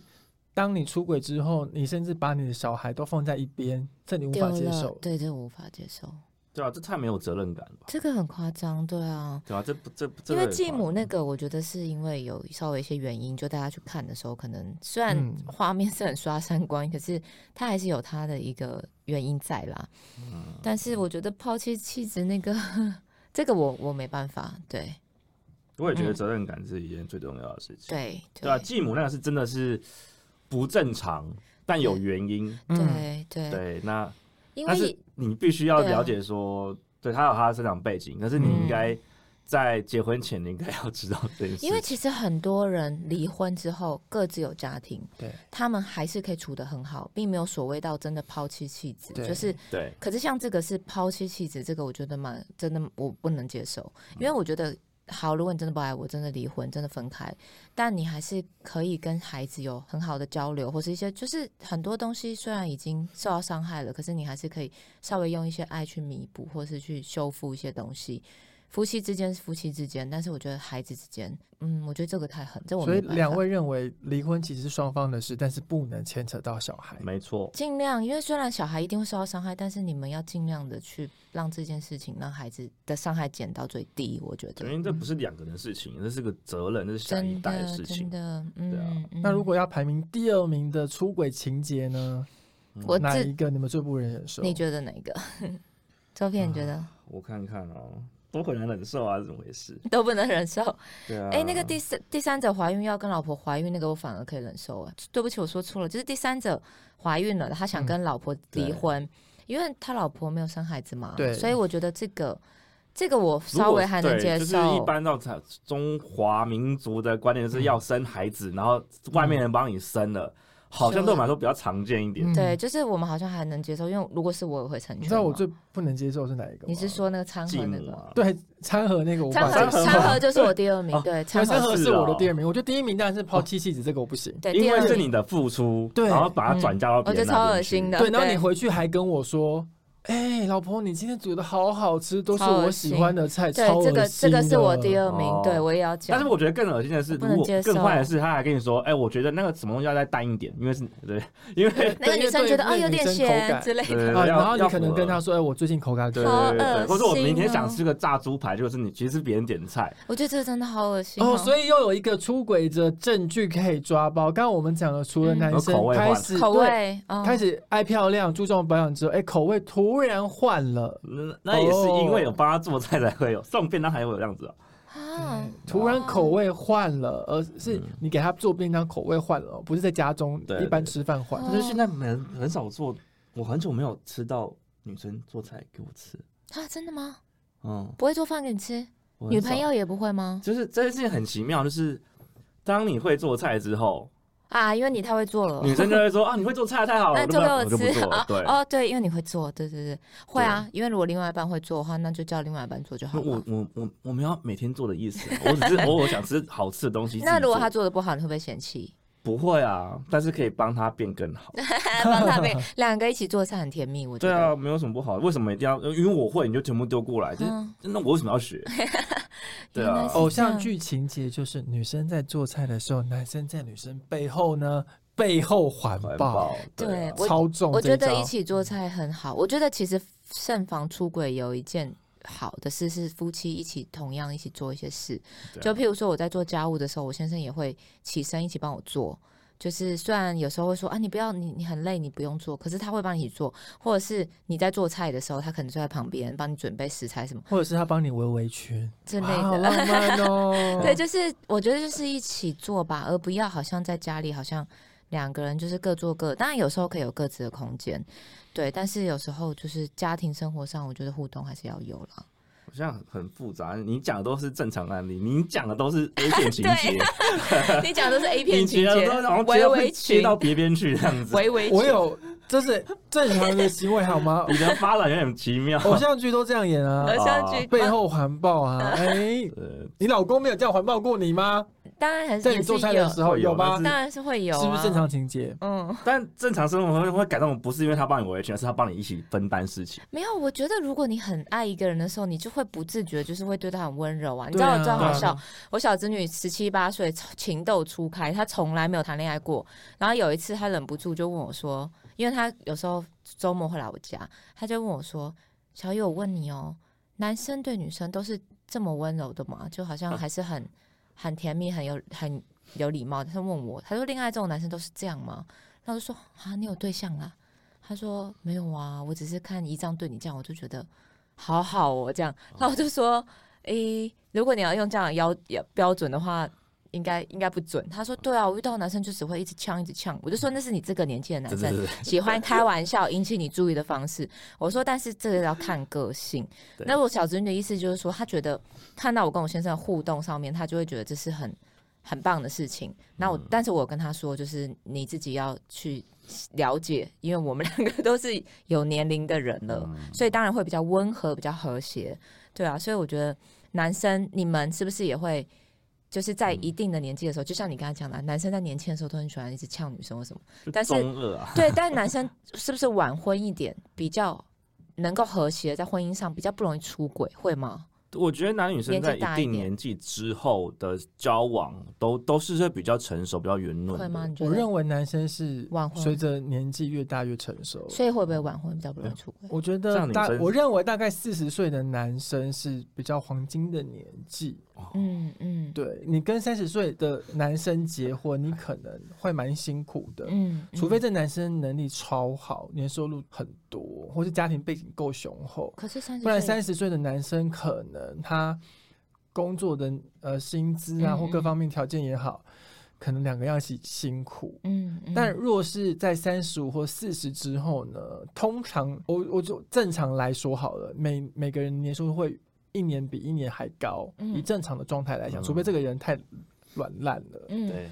A: 当你出轨之后，你甚至把你的小孩都放在一边，这你无
C: 丢
A: 法接
C: 了
A: 受，。
C: 对，这我无法接受，
B: 对啊，这太没有责任感了吧？
C: 这个很夸张，对啊，
B: 对啊，这不这这
C: 因为
B: 个也
C: 继
B: 夸
C: 母
B: 张
C: 那个，我觉得是因为有稍微一些原因，就大家去看的时候，可能虽然
A: 嗯
C: 画面是很刷三观，可是它还是有它的一个原因在啦。
B: 嗯
C: 但是我觉得抛弃妻子那个， [laughs] 这个我我没办法，对
B: 我也觉得
C: 嗯
B: 责任感是一件最重要的事情。
C: 对
B: 对啊，继母那个是真的是不正常，但有原因。
A: 嗯，
C: 对对，
B: 对，那
C: 因
B: 但是
C: 为
B: 你必须要
C: 对啊嗯
B: 了解说，对他有他的生长背景，可是你应该在结婚前你应该要知道这件事。
C: 因为其实很多人离婚之后各自有家庭，
A: 对，
C: 他们还是可以处得很好，并没有所谓到真的抛弃妻子，
A: 对
C: 就是
B: 对
C: 可是像这个是抛弃妻子，这个我觉得蛮真的，我不能接受，因为
A: 嗯
C: 我觉得好，如果你真的不爱我，真的离婚，真的分开，但你还是可以跟孩子有很好的交流，或是一些就是很多东西虽然已经受到伤害了，可是你还是可以稍微用一些爱去弥补，或是去修复一些东西。夫妻之间是夫妻之间，但是我觉得孩子之间，嗯，我觉得这个太狠，这我
A: 所以
C: 没办法
A: 两位认为离婚其实是双方的事，但是不能牵扯到小孩。
B: 没错，
C: 尽量，因为虽然小孩一定会受到伤害，但是你们要尽量的去让这件事情让孩子的伤害减到最低。我觉
B: 因
C: 得
B: 为这不是两个人的事情，这是个责任，这是下一
C: 真
B: 代
C: 的
B: 的事
C: 真
B: 情。
C: 的，嗯，
B: 对啊
C: 嗯
A: 那如果要排名第二名的出轨情节呢？
C: 我
A: 哪
C: 自
A: 一个你们最不能忍受？
C: 你觉得哪一
B: [laughs]
C: 个？周片你觉得、
B: 我看看哦，都很难忍受啊，怎么回事？
C: 都不能忍受？
B: 对啊，
C: 哎、那个第三第三者怀孕要跟老婆怀孕那个，我反而可以忍受。哎，对不起，我说错了，就是第三者怀孕了，他想
A: 嗯
C: 跟老婆离
B: 对
C: 婚，因为他老婆没有生孩子嘛，
A: 对
C: 所以我觉得这个这个我
B: 如果
C: 稍微还能
B: 对
C: 接
B: 就是
C: 受。
B: 一般到他中华民族的观念是要生孩子，然后外面人帮你生
C: 嗯
B: 了，好像对我们来说比较常见一点。
A: 嗯
C: 对，就是我们好像还能接受，因为如果是我，我会成全嘛。
A: 你知道我最不能接受是哪一个吗？
C: 你是说那个餐
B: 继
C: 盒那
B: 母
C: 个？
B: 啊，
A: 对 [laughs] 餐盒那个我
C: 餐
A: 把
C: 盒
A: 这个
C: 餐盒就是我第二名，对，餐
A: 餐
C: 盒
A: 盒
B: 是
A: 是我的
B: 哦
A: 第二名，我觉得第一名当然是
C: 哦
A: 抛弃妻子，这个我不行。
C: 对，
B: 因
C: 第
B: 为
C: 二
B: 是
C: 名
B: 你的付出，
A: 对
B: 然后把它转嫁到
C: 嗯我
B: 别
C: 觉得
B: 人那边去
C: 超恶心的。
A: 对，然后你回去还跟我说，哎、老婆，你今天煮的好好吃，都是
C: 超恶
A: 我喜欢的菜，
C: 对
A: 超，恶
C: 这
A: 心
C: 个这个是我
A: 的
C: 第二名，
B: 哦
C: 对我也要
B: 但
C: 讲。
B: 是我觉得更恶心的是，
C: 我不
B: 如
C: 能
B: 果
C: 接受
B: 更坏的是，他还跟你说：“哎、我觉得那个什么东西要再淡一点，因为是 [laughs] 对，因
C: [laughs]
B: 为
C: 那
A: 对
C: 个
A: 因
C: 女
A: 为
C: 生
A: 对
C: 觉得
A: 那
C: 哦
A: 个
C: 有
A: 女
C: 点
A: 生口
C: 咸
A: 感
C: 之类
B: 对对
C: 的，
A: 啊。
B: 呃要
A: 然后你
B: 要
A: 可能
B: 符合
A: 跟他说：“哎、我最近口感
B: 对
A: 对
B: 对
C: 好
B: 对对，
C: 恶
B: 或者我明天想
C: 心哦
B: 吃个炸猪排，就是你其实是别人点菜，
C: 我觉得这个真的好恶心
A: 哦，
C: 以
A: 所以又有一个出轨者证据可以抓包。刚刚我们讲了，除了
C: 嗯
A: 男
B: 口
A: 生
B: 味换
A: 开
B: 了
A: 始
C: 口
A: 对
C: 味嗯
A: 开始爱漂亮、注重保养之后，哎、口味突然换了，
B: 那那也是因为有帮他做菜才会有， [laughs] 送便当还会有这样子、啊。
C: 啊，
A: 突然口味换了，而是你给他做便当口味换了，不是在家中
B: 嗯对
A: 一般吃饭换。
C: 对
B: 可是现在很很少做，我很久没有吃到女生做菜给我吃。
C: 啊真的吗？
B: 嗯，
C: 不会做饭给你吃，
B: 我很
C: 女
B: 少
C: 朋友也不会吗？
B: 就是这件事情很奇妙，就是当你会做菜之后，
C: 啊，因为你太会做了，
B: 女生就会说啊，你会做菜太好了，
C: [laughs] 那
B: 我
C: 你
B: 就
C: 做
B: 不
C: 给
B: 要我就不做了
C: 我吃啊。
B: 对，
C: 哦，对，因为你会做，对对对，会啊，因为如果另外一半会做的话，那就叫另外一半做就好
B: 那我
C: 了。
B: 我我我没有每天做的意思，啊我只是 [laughs] 偶尔想吃好吃的东西自己做。
C: 那如果他做的不好，你会不会嫌 [laughs] 弃？
B: 不会啊，但是可以帮他变更好。
C: 啊帮他 [laughs] 被两个一起做菜很甜蜜，我觉
B: 对
C: 得。
B: 啊，没有什么不好，为什么一定要？因为我会，你就全部丢过来。就是
C: 嗯
B: 那我为什么要
C: [laughs]
B: 学？对
C: 原来
B: 啊
C: 是，
A: 偶像剧情节就是女生在做菜的时候，男生在女生背后呢背后环
B: 环
A: 抱
B: 保，
C: 对
B: 啊
C: 我
A: 超重
C: 我
A: 这
C: 觉
A: 招
C: 得一起做菜很好。我觉得其实慎防出轨有一件好的事是夫妻一起同样一起做一些事，
B: 对啊
C: 就譬如说我在做家务的时候，我先生也会起身一起帮我做。就是虽然有时候会说啊，你不要你你很累，你不用做，可是他会帮你做，或者是你在做菜的时候，他可能就在旁边帮你准备食材什么
A: 或者是他帮你围围裙，
C: 之类
A: 哇好
C: 的。
A: 浪漫哦。
C: [laughs]
B: 嗯
C: 对，就是我觉得就是一起做吧，而不要好像在家里好像两个人就是各做各，当然有时候可以有各自的空间，对，但是有时候就是家庭生活上，我觉得互动还是要有
B: [laughs]
C: 啦。
B: 好像很很复杂。你讲的都是正常案例，你讲的都是 A 片情节，
C: 你讲的是 A [laughs]
B: 你
C: 片情
B: 觉得
C: 节
B: 都好像，
C: 围
B: 接
C: 围
B: 会切
C: 裙，
B: 到别边去这样子，？
C: 围围
A: 我
C: 裙，
A: 有，这是正常的行为好吗
C: [laughs]
B: 你的发展有点奇妙。
A: 偶像剧都这样演啊，
C: 偶像哦剧
A: 背。后环抱
C: [laughs]
A: 啊，哎，
B: 呃，
A: 你老公没有这样环抱过你吗？
C: 当然还是
A: 在
C: 也
A: 你做
C: 是
A: 菜
C: 有
A: 的，时候
B: 会有
A: 有吗
B: 但？
C: 当然是会有、啊，
A: 是不是正？常情节？
C: 嗯，
B: 但正常生活会会感动，不是因为他帮你维权，而是他帮你一起分担事情。
C: 没有。我觉得如果你很爱一个人的时候，你就会不自觉，就是会对他很温柔啊。你知
A: 对
C: 道，
A: 啊
C: 我知道
A: 对
C: 好
A: 啊
C: 笑，我小侄女十七八岁，情窦初开，她从来没有谈恋爱过。然后有一次，她忍不住就问我说，因为她有时候周末会来我家，她就问我说：“小雨，我问你哦，男生对女生都是这么温柔的吗？就好
A: 啊
C: 像还是很很甜蜜，很有很有礼貌。”她问我，她说：“恋爱这种男生都是这样吗？”然后我就说：“啊，你有对象啦？”她说：“没有啊，我只是看一张对你这样，我就觉得好好哦，这样。”然后我就说。诶、如果你要用这样的要要标准的话，应该应该不准。他说：“对啊，我遇到的男生就只会一直呛，一直呛。”我就说：“那是你这个年纪的男
B: 对对
C: 生
B: 对，
C: 喜欢开玩笑引起你注意的方式。”我说：“但是这个要看个性。”
B: 对
C: 那我小侄女的意思就是说，她觉得看到我跟我先生的互动上面，她就会觉得这是很很棒的事情。那
B: 嗯
C: 我，但是我有跟她说，就是你自己要去了解，因为我们两个都是有年龄的人了。
B: 嗯
C: 所以当然会比较温和，比较和谐，对啊。所以我觉得男生你们是不是也会，就是
B: 嗯
C: 在一定的年纪的时候，就像你刚才讲的，啊男生在年轻的时候都很喜欢一直呛女生或什么，但是
B: 中二啊，
C: 对。但男生是不是晚婚一点比较能够和谐，在婚姻上比较不容易出轨，会吗？
B: 我觉得男女生在
C: 年纪大
B: 一
C: 一
B: 定
C: 点
B: 年纪之后的交往都都是会比较成熟、比较圆润的。
C: 会吗？你
A: 嗯
C: 觉
A: 我
C: 得？
A: 认为男生是
C: 晚婚
A: 随着年纪越大越成熟。
C: 所以会不会晚婚比较不容易出轨？
A: 我觉
B: 这
A: 得
B: 样女
A: 大
B: 生，
A: 我认为大概四十岁的男生是比较黄金的年纪。
B: 哦
C: 嗯嗯
A: 对你跟三十岁的男生结婚，你可能会蛮辛苦的，
C: 嗯，
A: 除非
C: 嗯。
A: 这男生能力超好，年收入很多，或是家庭背景够雄厚。
C: 可是三十，
A: 不然三十岁的男生可能他工作的呃薪资啊
C: 嗯
A: 或各
C: 嗯
A: 方面条件也好，可能两个要一起辛苦。
C: 嗯，嗯
A: 但若是在三十五或四十之后呢，通常我我就正常来说好了，每每个人年收入会一年比一年还高，
C: 嗯
A: 以正常的状态来讲，
B: 嗯
A: 除非这个人太软烂了。
C: 嗯
B: 对，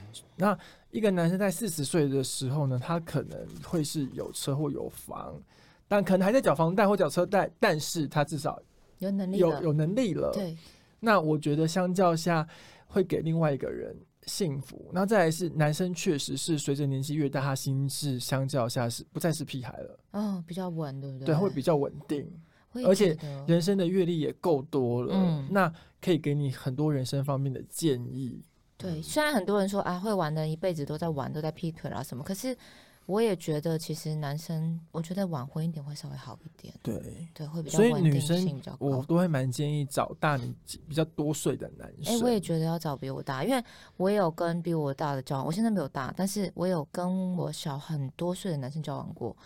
A: 一个男生在四十岁的时候呢，他可能会是有车或有房，但可能还在缴房贷或缴车贷，但是他至少
C: 有能力
A: 有
C: 的，
A: 有能力了。
C: 对，
A: 那我觉得相较下，会给另外一个人幸福。那再来是男生确实是随着年纪越大，他心智相较下是不再是屁孩了，
C: 嗯，比较稳，对不对？
A: 对，他会比较稳定，
C: 会
A: 而且
C: 觉得
A: 人生的阅历也够多了，
C: 嗯
A: 那可以给你很多人生方面的建议。
C: 对，虽然很多人说啊，会玩的人一辈子都在玩，都在劈腿啦什么，可是我也觉得，其实男生，我觉得晚婚一点会稍微好一点，
A: 对，
C: 对，会比较
A: 所以
C: 稳
A: 女
C: 定性
A: 生
C: 比较
A: 我
C: 高。
A: 都会蛮建议找大你比较多岁的男
C: 哎、
A: 生。
C: 我也觉得要找比我大，因为我也有跟比我大的交往，我现在没有大，但是我有跟我小很多岁的男生交往过，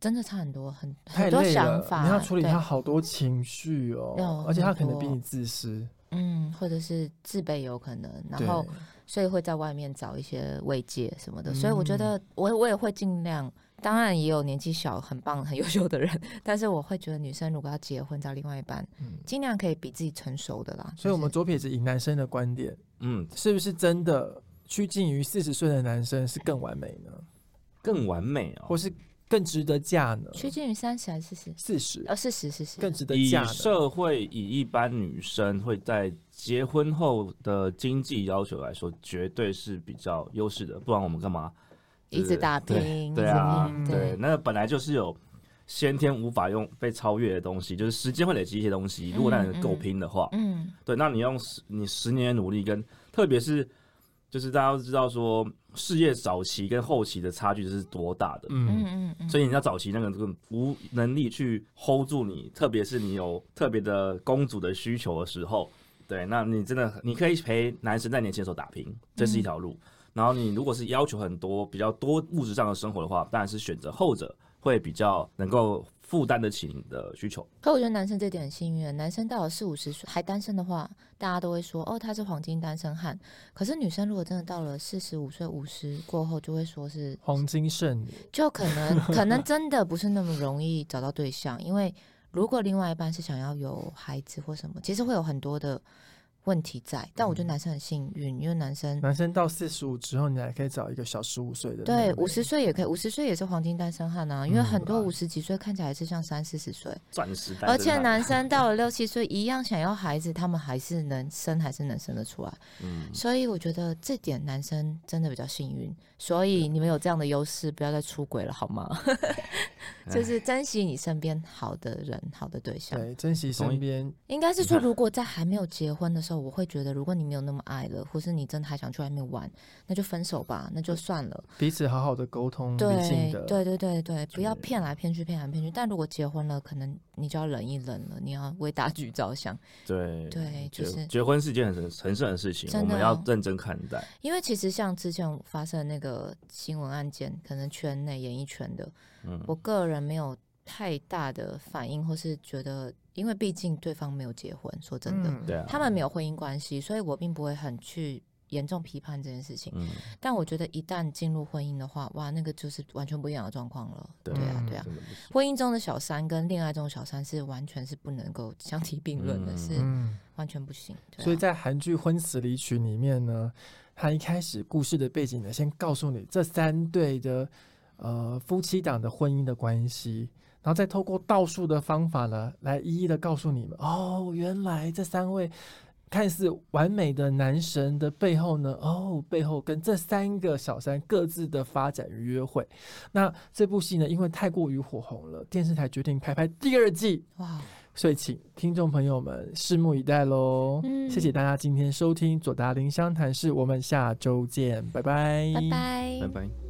C: 真的差很多，很
A: 太
C: 很多
A: 累
C: 想
A: 了，
C: 法，
A: 你要处理
C: 对
A: 他好多情绪哦
C: 有，
A: 而且他
C: 很
A: 可能比
C: 多
A: 你自私，
C: 嗯，或者是自卑也有可能，然
A: 对
C: 后所以会在外面找一些慰藉什么的。所以我觉
A: 嗯
C: 得我我也会尽量，当然也有年纪小、很棒、很优秀的人， [laughs] 但是我会觉得女生如果要结婚找另外一半，
A: 嗯
C: 尽量可以比自己成熟的啦。
A: 所以，我们
C: 就是
A: 左撇子以男生的观点，
B: 嗯，
A: 是不是真的趋近于四十岁的男生是更完美呢，
B: 更完美
A: 或
B: 哦。
A: 是更值得嫁呢？
C: 趋近于三十还是四十？
A: 四十
C: 呃，四十，四十。
A: 更值得
B: 以
A: 嫁呢？
B: 社会以一般女生会在结婚后的经济要求来说，绝对是比较优势的，不然我们干嘛
C: 一直打拼，
B: 对
C: 一直
B: 啊
C: 拼，
B: 对，，那本来就是有先天无法用被超越的东西，就是时间会累积一些东西。如果那人够拼的话，
C: 嗯，
B: 对，那你用十你十年的努力跟，特别是就是大家都知道说事业早期跟后期的差距是多大的，
A: 嗯，
C: 嗯嗯嗯，
B: 所以你要早期那个更无能力去 hold 住你，特别是你有特别的公主的需求的时候，对，那你真的很你可以陪男生在年轻的时候打拼，这
C: 嗯
B: 是一条路。然后你如果是要求很多比较多物质上的生活的话，当然是选择后者会比较能够负担得起你的需求。
C: 可我觉得男生这点很幸运，男生到了四五十岁还单身的话，大家都会说哦他是黄金单身汉。可是女生如果真的到了四十五岁、五十过后，就会说是
A: 黄金剩女，
C: 就可能可
B: [laughs]
C: 能真的不是那么容易找到对象，因为如果另外一半是想要有孩子或什么，其实会有很多的问题在。但
B: 嗯
C: 我觉得男生很幸运，因为男生
A: 男生到四十五之后，你还可以找一个小十五岁的，
C: 对
A: 不
C: 五十岁也可以，五十岁也是黄金单身汉啊，因为
A: 嗯
C: 很多
B: 对
C: 五十几岁看起来是像三四十岁。
B: 钻石单身汉，
C: 而且男生到了六七岁一样想要孩子，他们还是能生，还是能生得出来。
B: 嗯，
C: 所以我觉得这点男生真的比较幸运。所以你们有这样的优势，不要再出轨了
A: [laughs]
C: 好吗？就是珍惜你身边好的人、好的对象。
A: 对，珍惜
B: 同意
A: 身边，
C: 应该是说，如果在还没有结婚的时候，我会觉得，如果你没有那么爱了，或是你真的还想去外面玩，那就分手吧，那就算了。
A: 彼此好好的沟通，嗯理性
C: 对
A: 的，
C: 对对对对，不要骗来骗去，骗来骗去。但如果结婚了，可能你就要忍一忍了，你要为大局着想。
B: 对结
C: 对就是
B: 结婚是一件很神圣的事情，
C: 真
B: 我
C: 的哦
B: 们要认真看待。
C: 因为其实像之前发生的那个新闻案件，可能圈内演艺圈的，
B: 嗯
C: 我个人没有太大的反应，或是觉得，因为毕竟对方没有结婚，说真的，
A: 嗯
B: 对啊，
C: 他们没有婚姻关系，所以我并不会很去严重批判这件事情。
B: 嗯，
C: 但我觉得一旦进入婚姻的话，哇，那个就是完全不一样的状况了。
B: 对
C: 对啊
A: 嗯，
C: 对啊。
B: 真的不行
C: 婚姻中的小三跟恋爱中的小三是完全是不能够相提并论的，
B: 嗯
C: 是
A: 嗯。
C: 完全不行。对啊
A: 所以在韩剧《婚死离曲》里面呢，他一开始故事的背景呢，先告诉你这三对的呃夫妻档的婚姻的关系，然后再透过倒数的方法呢，来一一的告诉你们哦，原来这三位看似完美的男神的背后呢，哦，背后跟这三个小三各自的发展与约会。那这部戏呢，因为太过于火红了，电视台决定开拍第二季。
C: 哇，
A: 所以，请听众朋友们拭目以待喽。
C: 嗯
A: 谢谢大家今天收听左达林湘潭市，我们下周见，拜拜，
C: 拜拜
B: 拜拜。